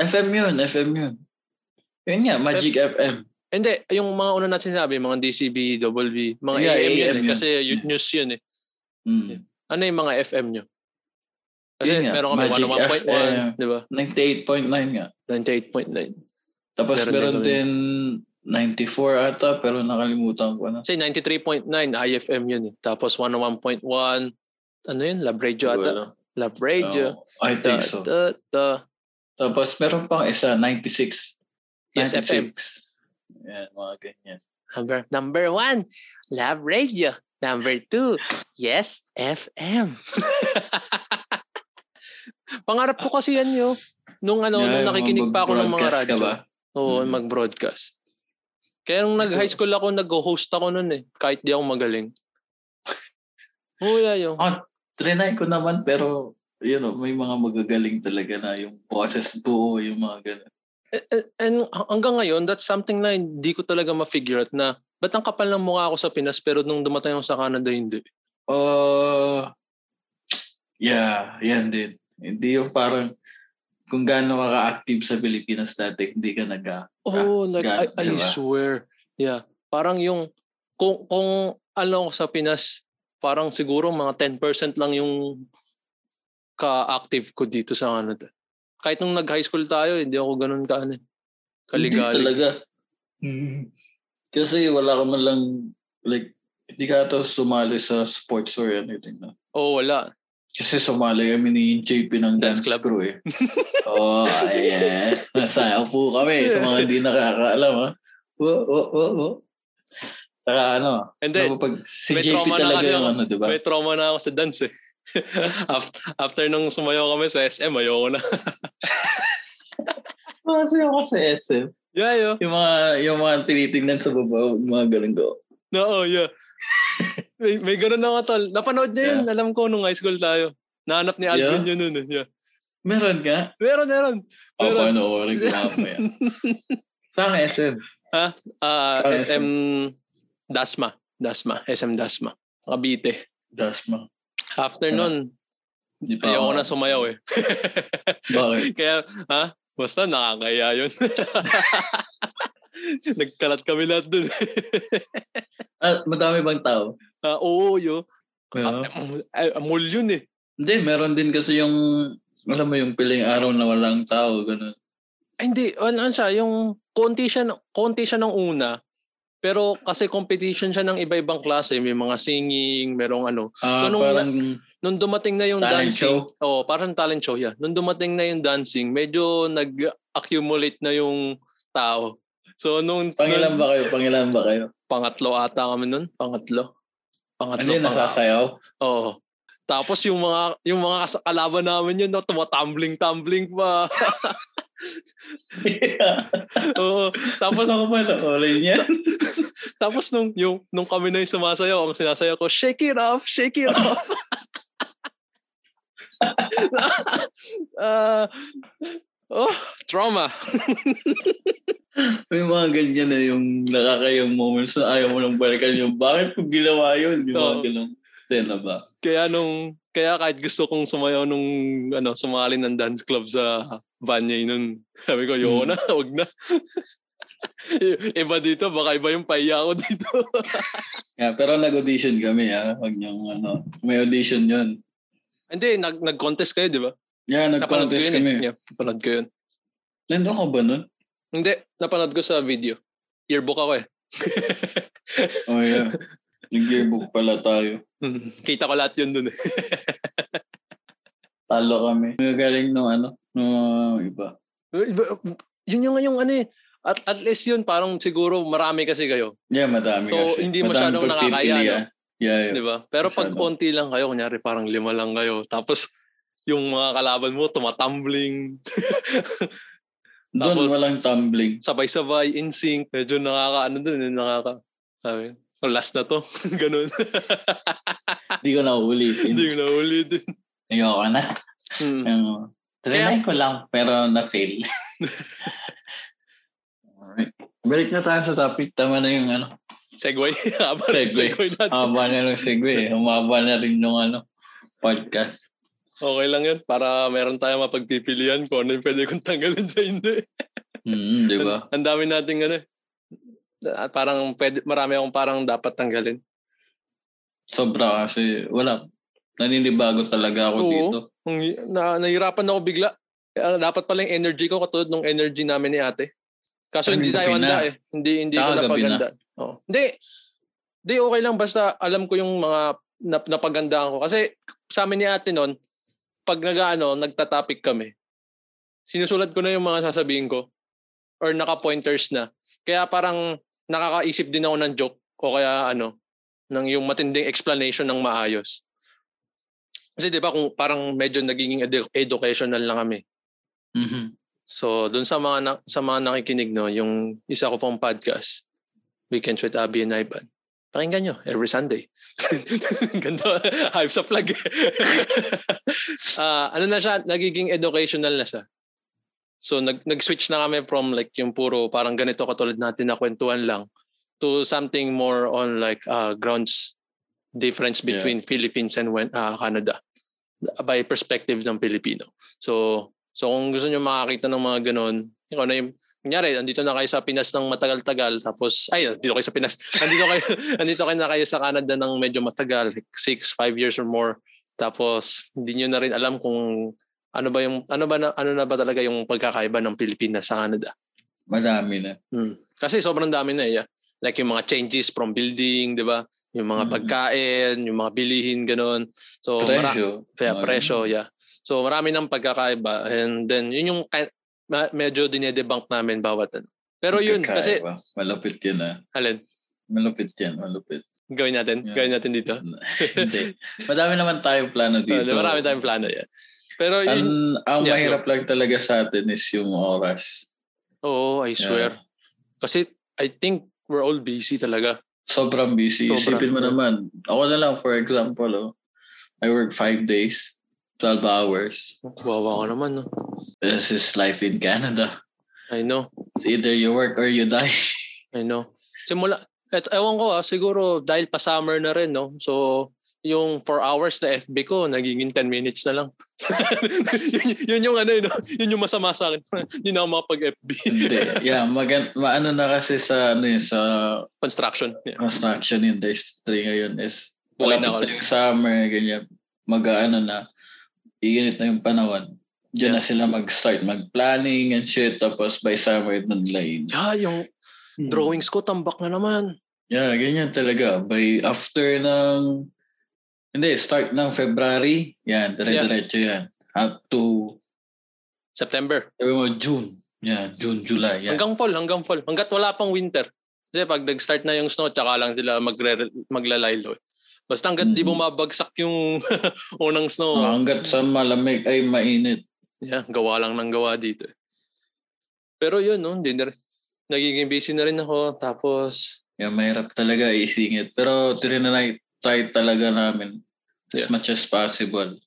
FM yun, FM yun. Yun nga, Magic FM. Hindi, yung mga una natin sinabi, mga DCB, double B, mga Yeah, AM, yun, AM eh, yun. kasi yun, news yun eh. Mm. Ano yung mga FM nyo? Kasi Yun nga, meron kami Magic 101.1, di ba? 98.9 nga. 98.9. Tapos Meron meron, din din 94 ata, pero nakalimutan ko na. Kasi 93.9, IFM yun eh. Tapos 101.1, ano yun? Lab Radio ata. Wala. Lab Radio. Oh, I Ta, think so. ta, ta. Tapos meron pang isa, 96. Yes, FM. Yan, mga ganyan. Number, number one, Lab Radio. Number two, Yes FM. Pangarap ko kasi yan yo. Nung ano, Yan, nung nakikinig pa ako ng mga mag-broadcast radyo. Ka ba? Oo, Mm. mag-broadcast. Kaya nung nag-high school ako, nag-host ako nun eh. Kahit di ako magaling. Oo, yeah, yo. Trinay ko naman, pero you know, may mga magagaling talaga na yung boses buo, yung mga ganun. A- a- Eh, And hanggang ngayon, that's something na hindi ko talaga ma-figure out na ba't ang kapal ng mukha ako sa Pinas pero nung dumating ako sa Canada, hindi. Oh, yeah, yan din. Hindi yung parang kung gaano ka active sa Pilipinas dati, hindi ka nag Oh, like I, God, I diba? swear. Yeah. Parang yung kung kung ano ko sa Pinas, parang siguro mga 10% lang yung ka-active ko dito sa Canada. Kahit nung nag-high school tayo, hindi ako ganun ka ano. eh, Hindi Kaligali. talaga. Kasi wala ka man lang, like, hindi ka ata sumali sa sports or anything na. Oh, wala. Kasi sumali kami ni JP ng Dance dance, club. crew eh. Oo, oh, ayan. Masaya po kami sa mga hindi nakakaalam ha. Oo, oo, oo, oo. Saka ano, And then, ano pag, si may JP trauma na talaga kasi yung ako. ano, di ba? may trauma na ako sa dance eh. Af- After nung sumayaw kami sa SM, ayoko na. Kasi ako Ah, sa SM. yeah, yo. Yung mga, yung mga tinitingnan sa baba, yung mga ganun ko. No, oh, yeah. may, may ganun na nga, tol. Napanood niya yun. Alam ko nung high school tayo. Nahanap ni Alvin yun nun. eh. Yeah. Meron ka? Meron, meron. Ako, Meron. ano, ko rin yan. Saan ka SM? Ah, Ah, SM Dasma. Dasma. SM Dasma. Cavite. Dasma. After Ano? nun, Di pa ayoko ako- na sumayaw eh. Bakit? Kaya, ha? Basta nakakaya yun. Nagkalat kami lahat dun. Ah, madami bang tao? Ah, oo, yo. Meron? Ah, mall yun eh. Hindi, meron din kasi yung, alam mo yung piling araw na walang tao, ganun. Ay, hindi. Ano ano siya? Yung konti siya, konti siya ng una. Pero kasi competition siya ng iba-ibang klase. May mga singing, merong ano. Ah, So, nung- parang Nung dumating na yung talent dancing. show. Oh, parang talent show yeah. Nung dumating na yung dancing, medyo nag-accumulate na yung tao. So nung, Pangilan nung- ba kayo? Pangilan ba kayo? pangatlo ata kami nun, pangatlo. Pangatlo. Ano yun, pang- nasasayaw? Oo. Tapos yung mga yung mga kas- kalaban namin yun, no, tumatumbling-tumbling pa. Oo. Tapos, Tapos ako pala, olay niya. tapos nung, yung, nung kami na yung sumasayaw, ang sinasayaw ko, shake it off, shake it off. Ah, oh, trauma. May mga ganyan na yung nakakayang moments na ayaw mo nang balikan yung bakit ko ginawa yun? Yung mga Oo. ganun. Tena ba? Kaya nung, kaya kahit gusto kong sumayaw nung, ano, sumali ng dance club sa Banyay nun, sabi ko, yoko Hmm. na, huwag na. I- iba dito, baka iba yung pahiya ko dito. Yeah, pero nag-audition kami ha. Huwag niyong ano. May audition yun. Hindi, nag, nag-contest kayo, di ba? Yeah, Napanood ko nag-contest yun eh. kami. Yeah, napanood ko yun. Nandun ka ba nun? Hindi, napanood ko sa video. Yearbook ako eh. Oh yeah. Nag-yearbook pala tayo. Hmm, Kita ko lahat yun dun eh. Talo kami. Nagagaling ng ano. Ng mga Eh, iba. Yun yung yung ano eh. At, at least yun, parang siguro marami kasi kayo. Yeah, madami So, kasi. hindi Madami masyadong nakakaya, pagpipilian. Yeah, yeah. Di ba? Pero pag Masyado. konti lang kayo, kunyari parang lima lang kayo. Tapos yung mga kalaban mo tumatumbling, Doon Tapos- walang tumbling. sabay-sabay, in sync. Medyo nakaka, ano dun, eh, nakaka, sabi, "Oh, last na to. Ganun. Hindi ko na ulitin. Hindi ko na ulitin. Ayoko na. Hmm. Ano, trinay ko lang, pero na-fail. Alright. Balik na tayo sa topic. Tama na yung ano. Segway. Haba ng Segway. Ah. Segway natin. Haba na yung segue. eh. Humaba na rin yung ano, podcast. Okay lang yun. Para meron tayong mapagpipilian kung ano yung pwede kong tanggalin sa hindi. Mm, di ba? Ang dami nating ano. ah, Parang pwede, marami akong parang dapat tanggalin. Sobra kasi wala. Naninibago talaga ako Oo. dito. Ang, na, nahirapan ako bigla. Ah, Dapat pala yung energy ko katulad ng energy namin ni ate. Kaso Ay, hindi gabi tayo handa na. eh. Hindi, hindi ko Saka gabi napaganda. Oo. Hindi. Hindi, okay lang. Basta alam ko yung mga nap- napagandaan ko. Kasi sa amin ni ate noon, pag nag-ano, nagtatopic kami, sinusulat ko na yung mga sasabihin ko or naka-pointers na. Kaya parang nakakaisip din ako ng joke o kaya ano, ng yung matinding explanation ng maayos. Kasi di ba kung parang medyo nagiging edu- educational lang kami. Mhm. So, dun sa mga na- sa mga nakikinig no, yung isa ko pong podcast, Weekends with Abby and Ivan. Pakinggan nyo, every Sunday. Ganda, hype sa flag. Ah, ano na siya, nagiging educational na siya. So, nag- nag-switch na kami from like yung puro parang ganito katulad natin na kwentuhan lang to something more on like uh, grounds difference Yeah. between Philippines and when, ah, Canada by perspective ng Pilipino. So, so kung gusto nyo makakita ng mga ganun, ikaw na yung, kunyari, andito na kayo sa Pinas ng matagal-tagal, tapos, ay, andito kayo sa Pinas, andito kayo, andito kayo na kayo sa Canada ng medyo matagal, like six, five years or more, tapos, hindi nyo na rin alam kung ano ba yung ano ba na, ano na ba talaga yung pagkakaiba ng Pilipinas sa Canada. Hmm. Madami na. Kasi sobrang dami na eh. yeah. Like yung mga changes from building, 'di ba? Yung mga Mm. pagkain, yung mga bilihin ganun. So mara- Presyo. Kaya Mga presyo, yeah. So marami ng pagkakaiba and then yun yung ki- ma- medyo dinedebunk namin bawat ano. Pero yun, Kakaiba. kasi, Malapit yan ah. alin, Malapit yan, malapit. gawin natin, Yeah. gawin natin dito. Hindi. Madami naman tayong plano dito. Dito. Marami tayong plano, yeah. Pero Ang, yun, ang Yeah, mahirap lang talaga sa atin is yung oras. oo, I Yeah. swear. Kasi I think we're all busy talaga. Sobrang busy. Sobra. Isipin mo Yeah. naman. Ako na lang, for example, oh, I work five days, 12 hours. Kuwawa ka naman, no? This is life in Canada. I know, It's either you work or you die. I know. Simula, et, ewan ko ah, siguro dahil pa summer na rin, no? So, yung 4 hours na FB ko, nagiging 10 minutes na lang. yun, yun yung ano, yun, no? yun yung masama sa akin. Hindi na ako makapag-FB. Hindi. Yeah, magan maano na kasi sa, ano, eh, sa Construction. Yeah. construction industry ngayon is Buhay Buhay na na ulit. yung summer, ganyan. Mag-ano na, iinit na yung panahon. Yeah. Diyan na sila mag-start mag-planning and shit. Tapos by summer, nanlain. Yeah, Ah, yung drawings ko, tambak na naman. Yeah, ganyan talaga. By after ng... Hindi, start ng February. Yan, dire-diretso yan. Up to, September. sabi mo, June. Yan, June, July. Yan. Hanggang fall, hanggang fall. Hanggat wala pang winter. Kasi pag nag-start na yung snow, tsaka lang sila magre- maglalaylo. eh. Basta hanggat di Mhm. bumabagsak yung unang snow. Oh, hanggat sa malamig ay mainit. Yeah, gawa lang ng gawa dito. eh. Pero yun, no, hindi na rin. Nagiging busy na rin ako. Tapos, Yeah, mahirap talaga isingit. Pero tinanay, try talaga namin Yeah. as much as possible.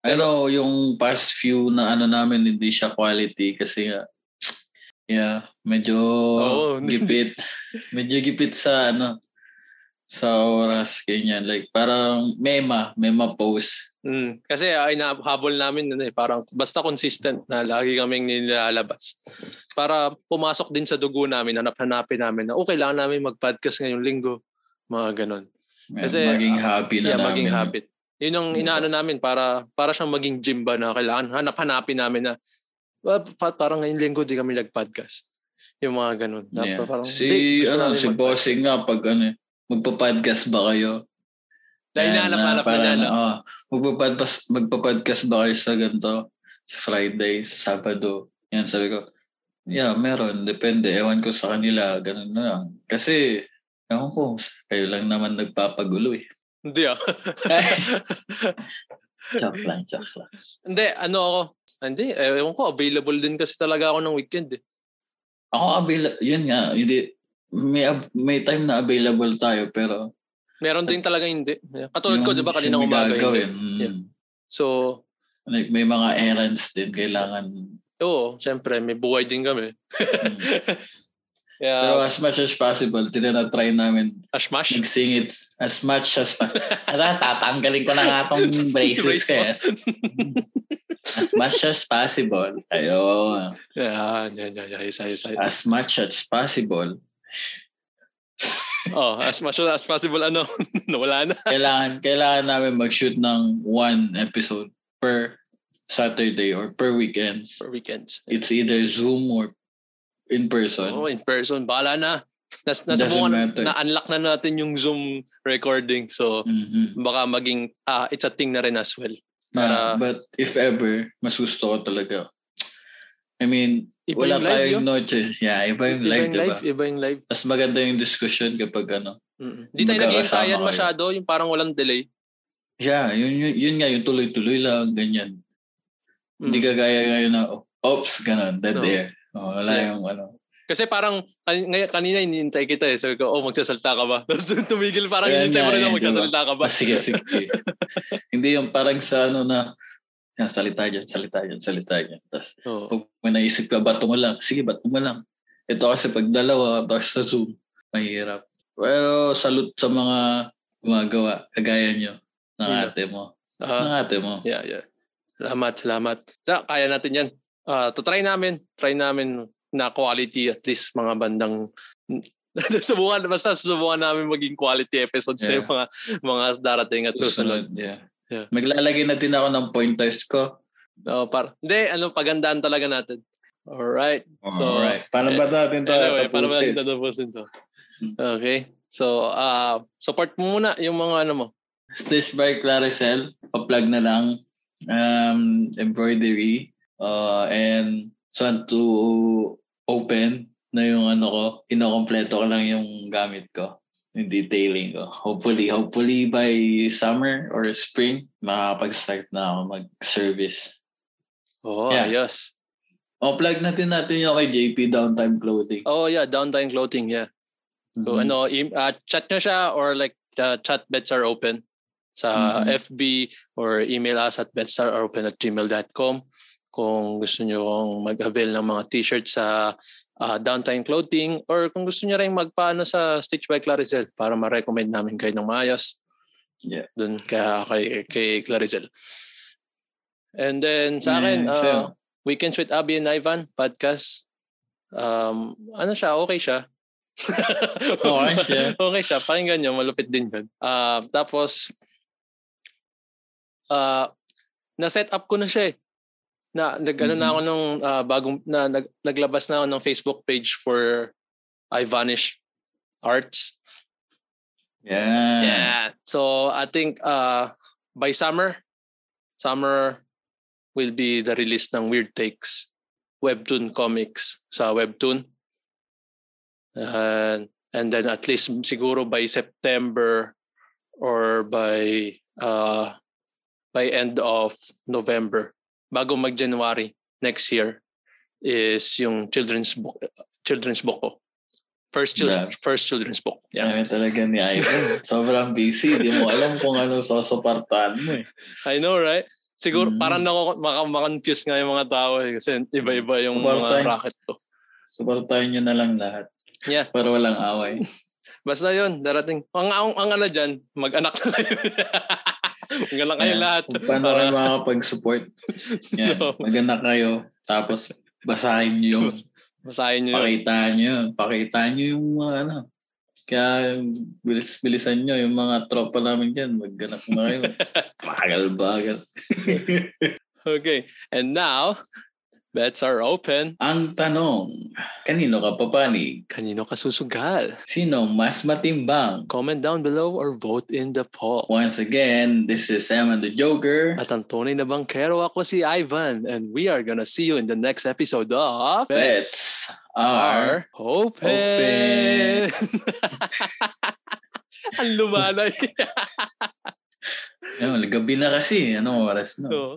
Pero yung past few na ano namin, hindi siya quality kasi nga, yeah, medyo Oo. gipit. medyo gipit sa ano, sa oras, ganyan. Like, parang mema, mema pose. mm, kasi ay habol namin ano eh, parang basta consistent na lagi kaming nilalabas. Para pumasok din sa dugo namin, hanap-hanapin namin na, oh, kailangan namin mag-podcast ngayong linggo. Mga ganon. Yeah, Kasi, ah, maging happy na yeah, namin. maging habit. Yun ang Yeah. inaano namin para para siyang maging gym ba na kailangan hanap-hanapin namin na "Ah, pa- parang ngayong linggo di kami nag-podcast. Yung mga ganun. Na, Yeah. parang, si, "Di, gusto ano, namin si mag-podcast." bossing nga pag ano, magpa-podcast ba kayo? Dahil Ayan, nahanap, ah, hanap na parang, nahanap. oo. magpa-podcast, magpa-podcast ba kayo sa ganito? Sa Friday, sa Sabado. Yan, sabi ko, yeah, meron. Depende. Ewan ko sa kanila. Ganun na lang. Kasi, ewan ko, kayo lang naman nagpapagulo eh. Hindi ah. Chak lang, chak lang. Hindi, ano ako. Hindi, eh, ewan ko, available din kasi talaga ako ng weekend eh. Ako, available, yun nga, hindi, may, ab- may time na available tayo, pero Meron din talaga hindi. Yeah. Katulad ko, yung di ba, siyang kanina umaga hindi. gagawin, mm, Yeah. So, like, may mga errands din, kailangan. oo, syempre, may buhay din kami. mm. Pero ah, Yeah, as much as possible, tinatry namin ashmash. nagsingit as much as possible. Ala, tatanggalin ko na nga tong braces Brace ko. eh. as much as possible. Ayun. Yeah, yeah, yeah, yeah, isa, isa. isa. As much as possible. Oh, as much as possible, ano, nawala na. Kailangan, kailangan namin mag-shoot ng one episode per Saturday or per weekends. For weekends. It's either Zoom or in person. Oh, in person, bahala na. Nas, Doesn't nasubukan, matter. na-unlock na natin yung Zoom recording. So, Mhm. baka maging, ah, it's a thing na rin as well. Ah, Para- but if ever, mas gusto ko talaga. I mean, Iba wala yung live tayong noche. Yeah, iba yung live, diba? iba yung live. Mas maganda yung discussion kapag ano, Mm. Di tayo Magkakasama naghihintayan kayo. masyado, yung parang walang delay. Yeah, yun, yun, yun nga, yung tuloy-tuloy lang, ganyan. Mm. Hindi kagaya ngayon na, oops, ganun, dead No. air. Oh, wala Yeah. yung ano. Kasi parang kan- ngay- kanina inintay kita eh. Sabi ko, oh magsasalta ka ba? Tapos tumigil parang Ayan inintay mo nga, rin ayan, na magsasalta ka ba? Ah, sige, sige. Hindi yung parang sa ano na, yan, salita dyan, salita dyan, salita dyan. Tapos, Oo. pag may naisip ka, bato mo lang. Sige, bato mo lang. Ito kasi pag dalawa, tapos sa Zoom, mahirap. Pero salute sa mga gumagawa, kagaya nyo, ng Sino? ate mo. Ah, Ng ate mo. yeah, yeah. Salamat, salamat. Da, kaya natin yan. Ah, to try namin. Try namin na quality at least mga bandang subukan basta subukan namin maging quality episodes na yung mga mga darating at susunod. Susunod, yeah. Yeah. Maglalagay na din ako ng pointers ko. Oh, par. Hindi, ano pagandaan talaga natin. All right. So, Alright. Paano ba natin ito Anyway, eh, para ba tapusin? natin tatapusin to? Hmm. Okay. So, ah support mo muna yung mga ano mo. Stitch by Claricel. Pa-plug na lang. Um, embroidery. Uh, and just want to open na yung ano ko. Inokompleto ko lang yung gamit ko. Yung detailing ko. Hopefully, hopefully by summer or spring, makakapag-start na ako mag-service. Oh, Yeah. yes. O, plug natin natin yung kay JP Downtime Clothing. Oh, yeah. Downtime clothing, yeah. So, Mhm. ano, im- ah, chat nyo siya or like ah, chat bets are open sa Mhm. FB or email us at betsareopen at gmail.com kung gusto nyo kong mag-avail ng mga t-shirt sa ah, Downtime Clothing or kung gusto nyo rin magpaano sa Stitch by Clarizel para ma-recommend namin kayo ng maayos. Yeah. Doon kay, kay, kay Clarizel. And then sa akin, Yeah, ah, sa'yo. Weekends with Abby and Ivan podcast. Um, ano siya, okay siya. Okay siya. okay siya. Pakinggan nyo, malupit din yun. Ah, tapos, ah, na-set up ko na siya eh. Na, nag, ano na Mhm. ako nung ah, bagong, na, nag, naglabas na ako ng Facebook page for Ivanish Arts. Yeah. Yeah. So I think uh, by summer, summer will be the release ng Weird Takes webtoon comics sa webtoon. And, and then at least siguro by September or by uh, by end of November bago mag January next year is yung children's book children's book ko. First children's Grabe. first children's book. Yeah. Dami talaga ni Ivan. Sobrang busy. Di mo alam kung anong sosopartahan mo eh. I know, right? Siguro Mm. parang nako maka- maka-confuse nga yung mga tao eh, kasi iba-iba yung About mga time. racket ko. Suportahin nyo na lang lahat. Yeah. Para walang away. Basta yun, darating. Ang, ang, ang ano dyan, mag-anak na kayo. mag-anak kayo Ayan. lahat. Kung paano Para- kayo makakapag-support. Yan. No. Maganda kayo. Tapos basahin nyo yung Basahin nyo yun. pakitaan nyo. Pakitaan nyo yung mga ano. Kaya bilis-bilisan nyo yung mga tropa namin dyan. Magganap na kayo. Bagal-bagal. Okay. And now, bets are open. Ang tanong, kanino ka papanig? Kanino ka susugal? Sino mas matimbang? Comment down below or vote in the poll. Once again, this is Sam and the Joker. At ang tunay na bangkero ako si Ivan and we are gonna see you in the next episode of Bets are are... open. open. ang lumalay. Ayun, gabi na kasi. Anong oras na? no. Oh.